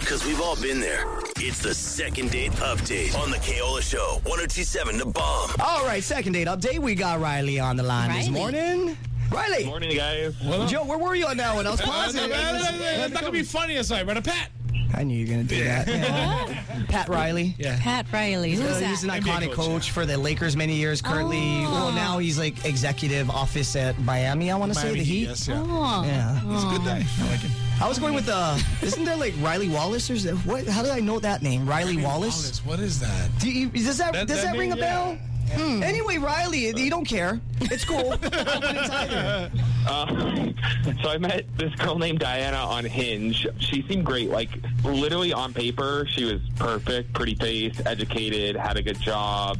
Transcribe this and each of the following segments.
because we've all been there. It's the second date update on the Kaola Show. 1027 The Bomb. All right, second date update. We got Riley on the line this Riley. morning. Riley, Morning, guys. Joe, where were you on that one? I was positive. That's not gonna be funny as I read a pat. I knew you were gonna do that. Yeah. Pat Riley. Pat Riley. Who's Uh, that? he's an NBA iconic coach, coach, for the Lakers many years. Currently, Oh. well, now he's like executive office at Miami. I want to say the Miami Heat. Yes, yeah. Oh. Yeah, It's a good day. I like it. I was going with uh, isn't there like Riley Wallace or is that, what? How did I know that name? Riley Wallace. What is that? Do you, does that, That- does that, that ring a name, bell? Hmm. Anyway, Riley, you don't care. It's cool. I wouldn't either. Uh, so I met this girl named Diana on Hinge. She seemed great. Like literally on paper, she was perfect, pretty face, educated, had a good job,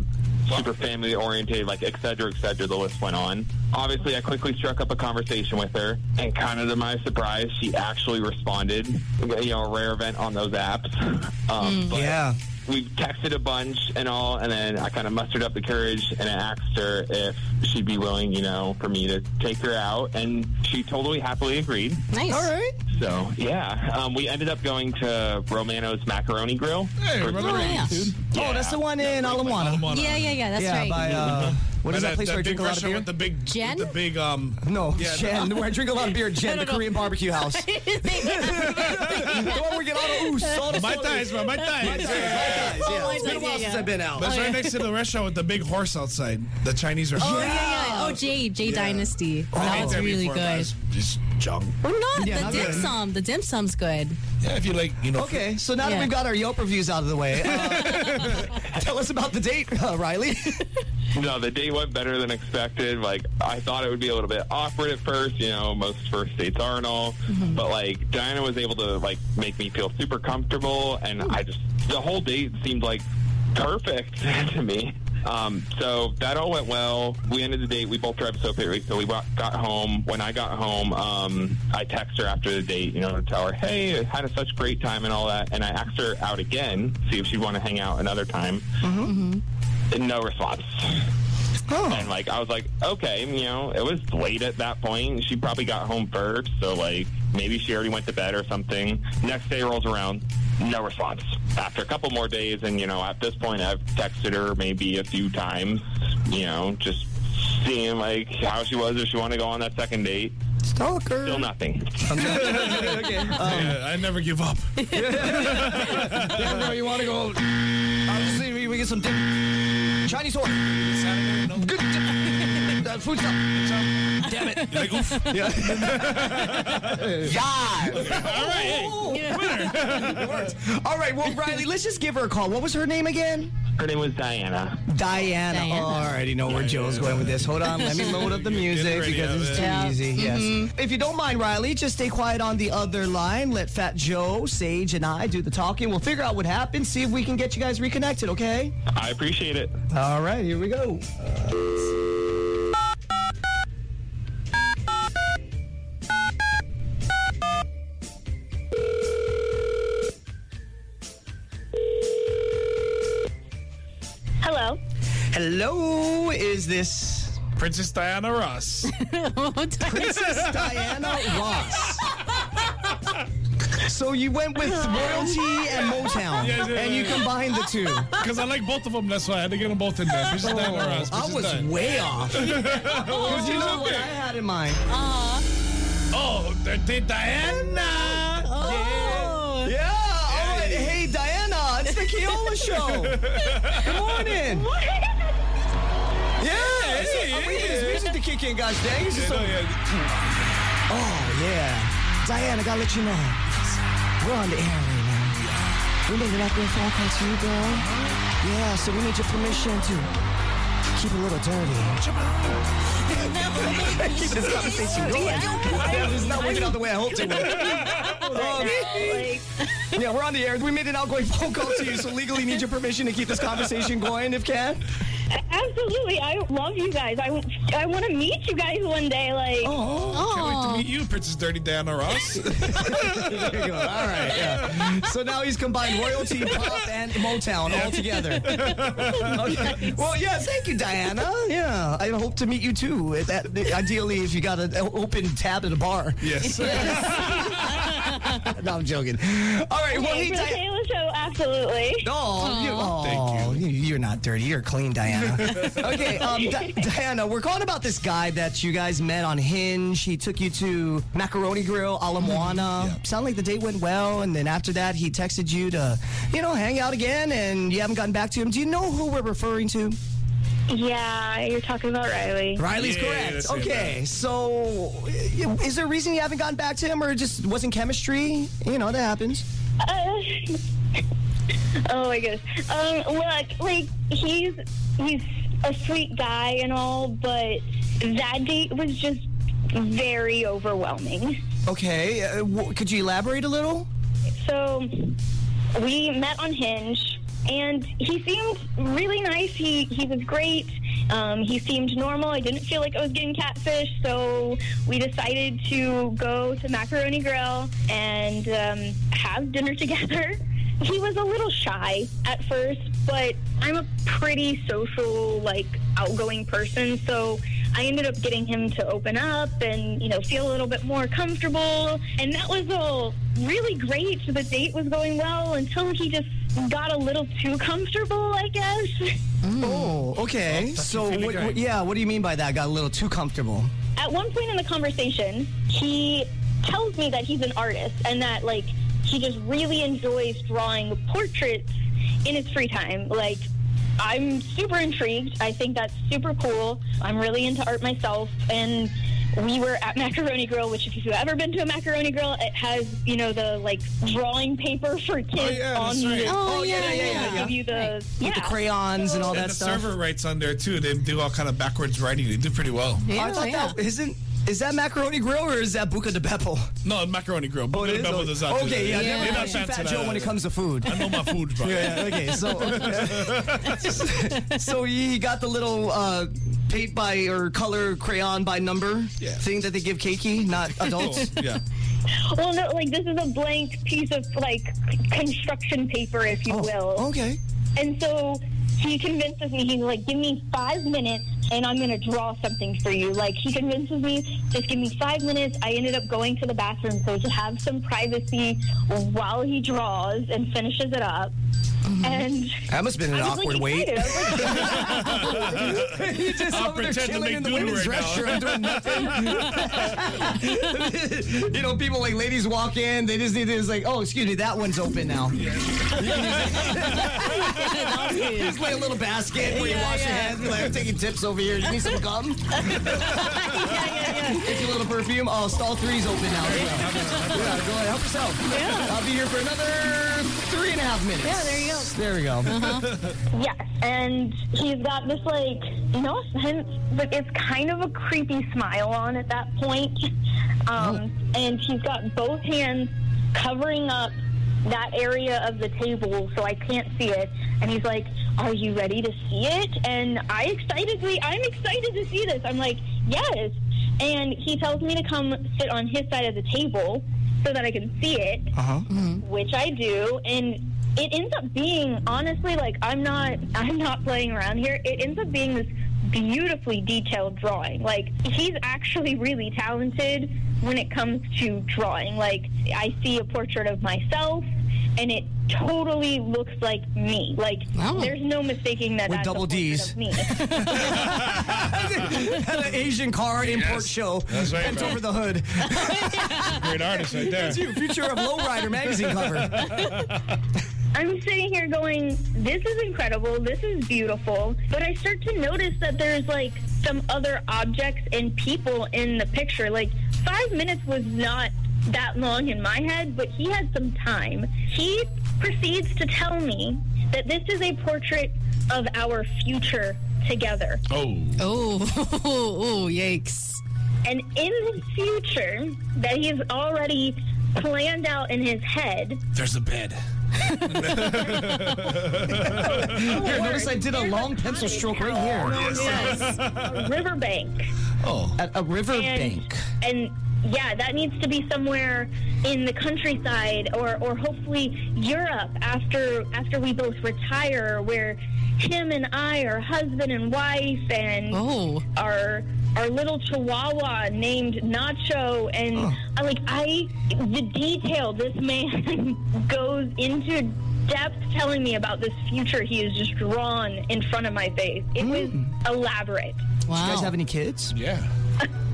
super family oriented, like et cetera, et cetera. The list went on. Obviously, I quickly struck up a conversation with her, and kind of to my surprise, she actually responded. You know, a rare event on those apps. Um, but yeah. we texted a bunch and all, and then I kind of mustered up the courage and I asked her if she'd be willing, you know, for me to take her out, and she totally happily agreed. Nice. All right. So yeah, um, we ended up going to Romano's Macaroni Grill. Hey, For- remember Oh, yeah. dude? Oh, that's the one in Alamoana. Alamoana. Yeah, yeah, yeah. That's yeah, right. by uh, what is By that, place where I big drink a lot of restaurant beer? With the big, Jen? with The big, um, no, Yeah, Jen, where I drink a lot of beer. Jen, No, the no, no. Korean barbecue house. the one where we get all the ooh, salt, my salt- thighs, bro, my thighs. Yeah, my thighs, Oh, yeah. my It's been a thighs, while yeah, since yeah. I've been out. That's right next to the restaurant with the big horse outside, the Chinese restaurant. Oh yeah, yeah. Oh J J Dynasty. I That ate was there really before, good. guys. Just junk. We're not Yeah, the not dim good. sum. The dim sum's good. Yeah, if you like, you know. Okay, so now that Yeah. we've got our Yelp reviews out of the way, uh, tell us about the date, uh, Riley. No, the date went better than expected. Like I thought it would be a little bit awkward at first, you know, most first dates are and all. But like Diana was able to like make me feel super comfortable and I just the whole date seemed like perfect to me. Um, so that all went well. We ended the date. We both drive so early, so we wa- got home. When I got home, um, I text her after the date, you know, to tell her, "Hey, I had a such great time and all that." And I asked her out again, see if she'd want to hang out another time. And no response. And like I was like, okay, you know, it was late at that point. She probably got home first, so like maybe she already went to bed or something. Next day rolls around, no response. After a couple more days, and you know, at this point, I've texted her maybe a few times, you know, just seeing like how she was if she wanted to go on that second date. Stalker. Still nothing. okay. Uh, Yeah, I never give up. yeah, bro, you want to go? Obviously, we, we get some dim- Chinese horse. Good. Uh, food's up. Damn it. Like, oof. Yeah. Oh, All right, hey. All right. Well, Riley, let's just give her a call. What was her name again? Her name was Diana. Diana. Diana. Oh, I already know where Joe's going with this. Hold on, let me load up the music ready because of it's it. too Yeah. Mm-hmm. easy. Yes. If you don't mind, Riley, just stay quiet on the other line. Let Fat Joe, Sage, and I do the talking. We'll figure out what happened. See if we can get you guys reconnected. Okay. I appreciate it. All right. Here we go. Uh, Hello. Hello. Is this Princess Diana Ross. Oh, Princess Diana Ross? So you went with royalty and Motown, Yes, yes, and you yes. combined the two. Because I like both of them, that's why I had to get them both in there. Oh. Princess Diana Ross. I Princess was Diana. way off. Because you she's know up what I there. had in mind. Oh, the- the Diana. Oh. Yeah. All right. Hey, Diana, it's the Keola Show. Good morning. Yeah. it's- Hey, I'm waiting for yeah. this music to kick in, guys. Dang. It's just Yeah, no, a- yeah. oh, yeah. Diana, gotta let you know. We're on the air right now. We're making that big phone call to you, girl. Yeah, so we need your permission to keep it a little dirty. keep this conversation going. It's not working out the way I hoped it would. Um, Like, Yeah, we're on the air. We made an outgoing phone call to you, so legally need your permission to keep this conversation going, if can. absolutely. I love you guys. I, I want to meet you guys one day. Like, Oh, can't wait to meet you, Princess Dirty Diana Ross. There you go. All right. Yeah. So now he's combined royalty, pop, and Motown all together. Okay. Well, yeah. Thank you, Diana. Yeah, I hope to meet you too. At that, ideally, if you got an open tab at a bar. yes. no, I'm joking. All right, well, Okay, hey, for the Diana. Taylor Show, absolutely. Oh, you, oh you. you're not dirty. You're clean, Diana. okay, um, Di- Diana, we're calling about this guy that you guys met on Hinge. He took you to Macaroni Grill, Ala Moana. Sound like the date went well, and then after that, he texted you to, you know, hang out again, and you haven't gotten back to him. Do you know who we're referring to? Yeah, you're talking about Riley. Riley's Yeah, correct. that's it, okay, so uh, is there a reason you haven't gotten back to him, or it just wasn't chemistry? You know, that happens. Uh, oh my goodness. Um, look, like he's he's a sweet guy and all, but that date was just very overwhelming. Okay, uh, w- could you elaborate a little? So we met on Hinge, and he seemed really nice. He he was great. Um, he seemed normal. I didn't feel like I was getting catfish, so we decided to go to Macaroni Grill and um, have dinner together. He was a little shy at first, but I'm a pretty social, like outgoing person, so I ended up getting him to open up and, you know, feel a little bit more comfortable. And that was all really great. The date was going well until he just got a little too comfortable, I guess. Oh, okay. so, what, what- yeah, what do you mean by that? Got a little too comfortable. At one point in the conversation, he tells me that he's an artist and that, like, he just really enjoys drawing portraits in his free time. Like, I'm super intrigued. I think that's super cool. I'm really into art myself. And we were at Macaroni Grill, which if you've ever been to a Macaroni Grill, it has, you know, the like drawing paper for kids yeah, that's on right. the Oh, yeah, yeah, they yeah, give you the yeah. The crayons and all that and the stuff. server writes on there too. They do all kind of backwards writing. They do pretty well. Oh, Yeah, I thought yeah. that isn't. Is that macaroni grill or is that buca de beppo? No, macaroni grill. But Oh, it is? Bubba does not do Okay, yeah, that. never They're mind. not She fans Fat of Joe that. when it comes to food. I know my food, bro. Yeah, okay, so so he got the little uh, paint by or color crayon by number Yeah. thing that they give Keiki, not adults. yeah. Well, no, like this is a blank piece of like construction paper, if Oh. you will. okay. And so he convinces me, he's like, give me five minutes and I'm going to draw something for you. Like, he convinces me, just give me five minutes. I ended up going to the bathroom so to have some privacy while he draws and finishes it up. And That must have been Mm-hmm. an I was awkward like, wait. excited. I was like, He just I'll over there pretend to chilling make in the do women's right restroom doing nothing. you know, people like ladies walk in, they just need to just like, oh, excuse me, that one's open now. just lay a little basket where you Yeah, wash your yeah. hands. Be like, I'm taking tips over here. You need some gum? yeah, yeah, yeah. Get you a little perfume. Oh, stall three's open now. as well. yeah, go ahead, help yourself. I'll be here for another three and a half minutes. Yeah, there you go. Uh-huh. There we go. Yes, and he's got this like no offense, but it's kind of a creepy smile on at that point. Um, And he's got both hands covering up that area of the table, so I can't see it. And he's like, "Are you ready to see it?" And I excitedly, I'm excited to see this. I'm like, "Yes." And he tells me to come sit on his side of the table so that I can see it Uh-huh. Mm-hmm. which I do, and it ends up being honestly like I'm not I'm not playing around here. It ends up being this beautifully detailed drawing. Like he's actually really talented when it comes to drawing. Like I see a portrait of myself and it totally looks like me. Like Wow. there's no mistaking that With that's double a portrait Ds. of me. At an Asian car import Yes. show. That's right, Bent man. over the hood. Great artist right there. Dude, future of Lowrider magazine cover. I'm sitting here going, this is incredible, this is beautiful, but I start to notice that there's like some other objects and people in the picture. Like, five minutes was not that long in my head, but he had some time. He proceeds to tell me that this is a portrait of our future together. Oh. Oh, oh, yikes. And in the future, that he's already planned out in his head. There's a bed. Here, notice I did a long pencil stroke right here. Riverbank. At a riverbank. and yeah, that needs to be somewhere in the countryside or, or hopefully Europe after after we both retire, where him and I are husband and wife and Oh. are our little chihuahua named Nacho and I like I the detail this man goes into depth telling me about this future he has just drawn in front of my face. It was elaborate. Wow. You guys have any kids? Yeah.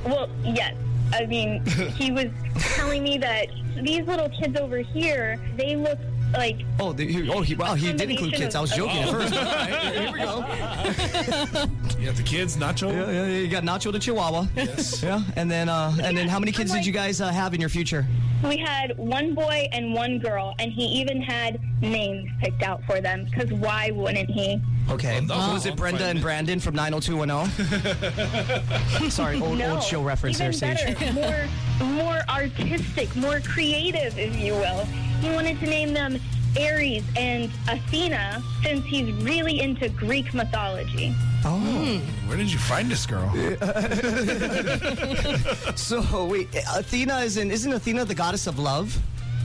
Well, yes. I mean, he was telling me that these little kids over here, they look like Oh, the, he, oh, he, wow, he did include kids. I was joking at first. All right, here we go. You got the kids, Nacho? Yeah, yeah, yeah, you got Nacho the Chihuahwa. Yes. Yeah, and then uh, and then how many kids did you guys uh, have in your future? we had one boy and one girl, and he even had names picked out for them because why wouldn't he? Okay. Well, no. was it Brenda and Brandon from 90210? Sorry, old, No, old show reference even there, Sage. better, more, more artistic, more creative, if you will. He wanted to name them Ares and Athena since he's really into Greek mythology. Oh. Where did you find this girl? So wait, Athena is in, isn't Athena the goddess of love?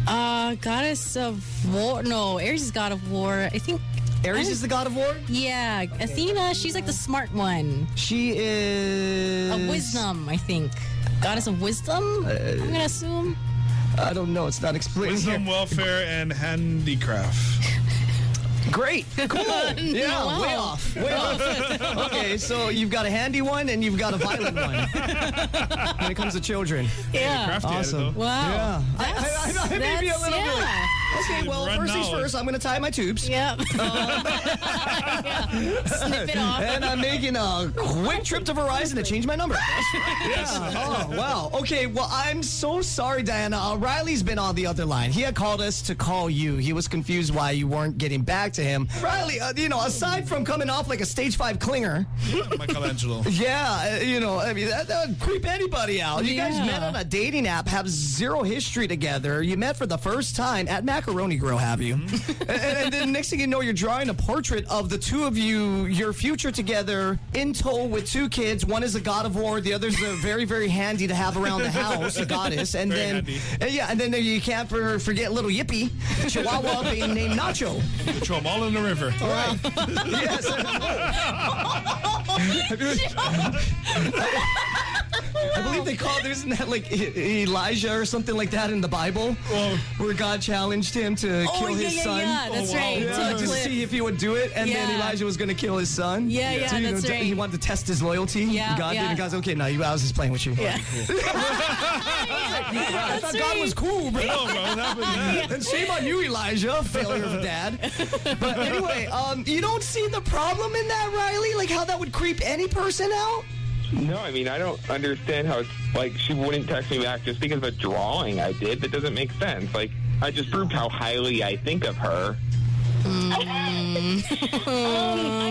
Uh, goddess of war. No, Ares is god of war. I think. Ares is the god of war. Yeah, Athena. She's like the smart one. She is Uh, Of wisdom, I think. Goddess of wisdom. I'm gonna assume. I don't know. It's not explained. Wisdom, here. welfare, and handicraft. Great, cool. Yeah, Wow. way off. Way off. Okay, so you've got a handy one and you've got a violent one. when it comes to children. Yeah. Crafty at it, Awesome. though. Wow. Yeah. I- I- I- That's- I may be a that's- little bit- yeah. Okay, well, Run first things knowledge. first, I'm going to tie my tubes. Yep. Yeah. Snip it off. And I'm making a quick trip to Verizon to change my number. Yeah. Oh, wow. Okay, well, I'm so sorry, Diana. Uh, Riley's been on the other line. He had called us to call you. He was confused why you weren't getting back to him. Riley, uh, you know, aside from coming off like a stage five clinger, Michelangelo. yeah, uh, you know, I mean, that, that would creep anybody out. You guys Yeah. met on a dating app, have zero history together. You met for the first time at Macaroni Grill, have you? Mm-hmm. and, and then next thing you know, you're drawing a portrait of the two of you, your future together, in tow with two kids. One is a god of war, the other's a very, very handy to have around the house, a goddess. And Very then, handy. and yeah, and then you can't for, forget little Yippy, Chihuahua being named Nacho. Throw them all in the river. All right. yes. I believe they called, isn't that like E- Elijah or something like that in the Bible? Whoa. Where God challenged him to Oh, kill yeah, his yeah, son. yeah. That's Oh, wow. right. To Yeah, the Just cliff. see if he would do it, and then Yeah. Elijah was going to kill his son. Yeah, yeah, So, you that's know, right. He wanted to test his loyalty. Yeah, God did, yeah. and God's okay. No, you, I was just playing with you. Yeah. I thought God was cool, bro. Oh, bro, that was that. And shame on you, Elijah, failure of dad. But anyway, um, you don't see the problem in that, Riley? Like how that would creep any person out? No, I mean I don't understand how it's like she wouldn't text me back just because of a drawing I did. That doesn't make sense. Like I just proved how highly I think of her. Um, I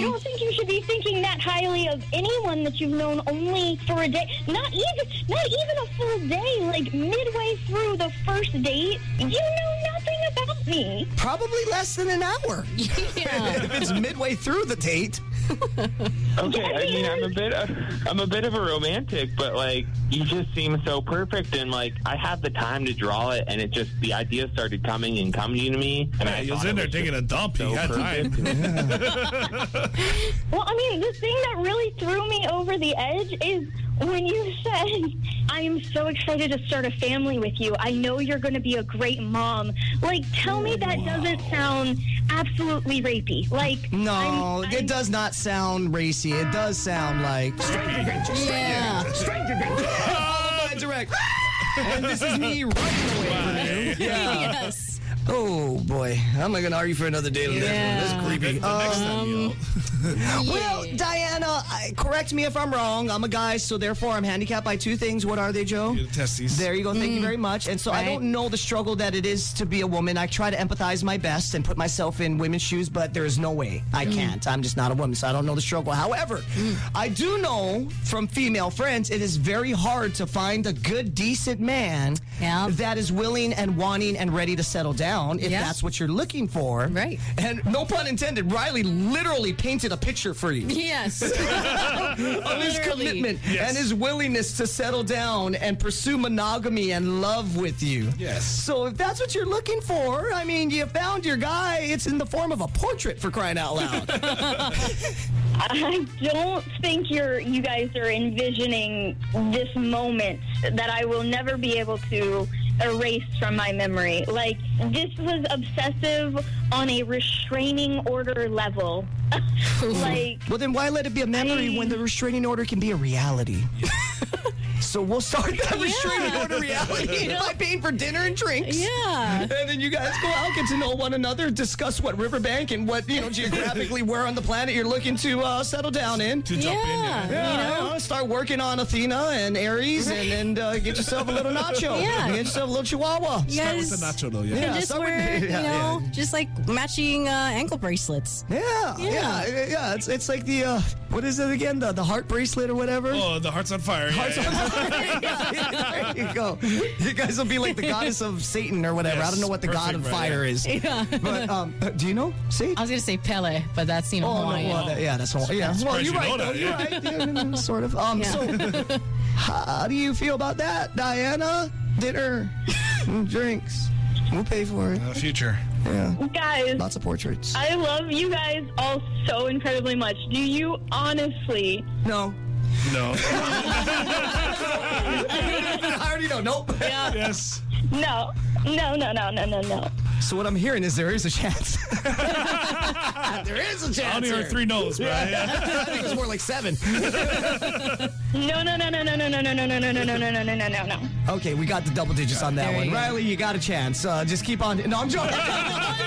don't think you should be thinking that highly of anyone that you've known only for a day. Not even, not even a full day. Like midway through the first date, you know nothing about me. Probably less than an hour. Yeah. If it's midway through the date. Okay, I mean I'm a bit of, I'm a bit of a romantic, but like you just seem so perfect, and like I had the time to draw it, and it just the idea started coming and coming to me. And I He was thought in it there was taking a just dump. He so had perfect. time. Well, I mean, the thing that really threw me over the edge is when you said, I am so excited to start a family with you. I know you're going to be a great mom. Like, tell me that doesn't sound absolutely rapey. Like, No, I'm- I'm- it does not sound racy. It does sound like Yeah. Ah, direct. and this is me running away. Yeah. Yes. Oh boy, I'm not gonna argue for another day today. Yeah. That's creepy. The next time, you know. Well, Diana, I- correct me if I'm wrong. I'm a guy, so therefore I'm handicapped by two things. What are they, Joe? Get the testes. There you go. Thank you very much. And so I Mm. Right. don't know the struggle that it is to be a woman. I try to empathize my best and put myself in women's shoes, but there is no way I Mm. can't. I'm just not a woman, so I don't know the struggle. However, I do know from female friends it is very hard to find a good, decent man Yeah. that is willing and wanting and ready to settle down if Yeah. that's what you're looking for. Right. And no pun intended, Riley literally painted a picture for you Yes. of his Literally. commitment Yes. and his willingness to settle down and pursue monogamy and love with you. Yes. So if that's what you're looking for, I mean, you found your guy. It's in the form of a portrait for crying out loud. I don't think you're you guys are envisioning this moment that I will never be able to erase from my memory. Like this was obsessive on a restraining order level. like Well, then why let it be a memory when the restraining order can be a reality? so we'll start that restraining order reality by paying for dinner and drinks. Yeah. And then you guys go out, get to know one another, discuss what riverbank and what, you know, geographically where on the planet you're looking to uh, settle down in. to jump in Yeah. there. Yeah, you know, start working on Athena and Aries and then uh, get yourself a little nacho. Yeah. Get yourself a little chihuahua. You That was guys the nacho though, yeah. can just start with- wear, you yeah, know, yeah. just like matching uh, ankle bracelets. Yeah, yeah, yeah. yeah. It's, it's like the, uh, what is it again? The, the heart bracelet or whatever? Oh, the heart's on fire. Yeah, yeah. there you go. You guys will be like the goddess of Satan or whatever. I Yes, don't know what the god perfect of right fire there. is. But um, uh, do you know Satan? I was gonna say Pele, but that's you know Oh, no, Hawaiian. well, that- yeah, that's all. Yeah, well, surprised you're you right. know Though, that, you're right. Yeah, no, no, sort of. Um, Yeah. so how do you feel about that, Diana? Dinner, drinks. We'll pay for it. The future. guys, Lots of portraits. I love you guys all so incredibly much. Do you honestly no, No. I already know. Nope. yes. No. No, no, no, no, no, no. So what I'm hearing is there is a chance. there is a chance. I only here. heard three no's, bro. Yeah. I think it's more like seven. No, no, no, no, no, no, no, no, no, no, no, no, no, no, no, no, no, no. Okay, we got the double digits on that There one. you go. Riley, you got a chance. Uh, just keep on. No, I'm joking. What am I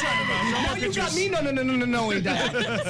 talking about? now you got me. No, no, no, no, no, no, we don't.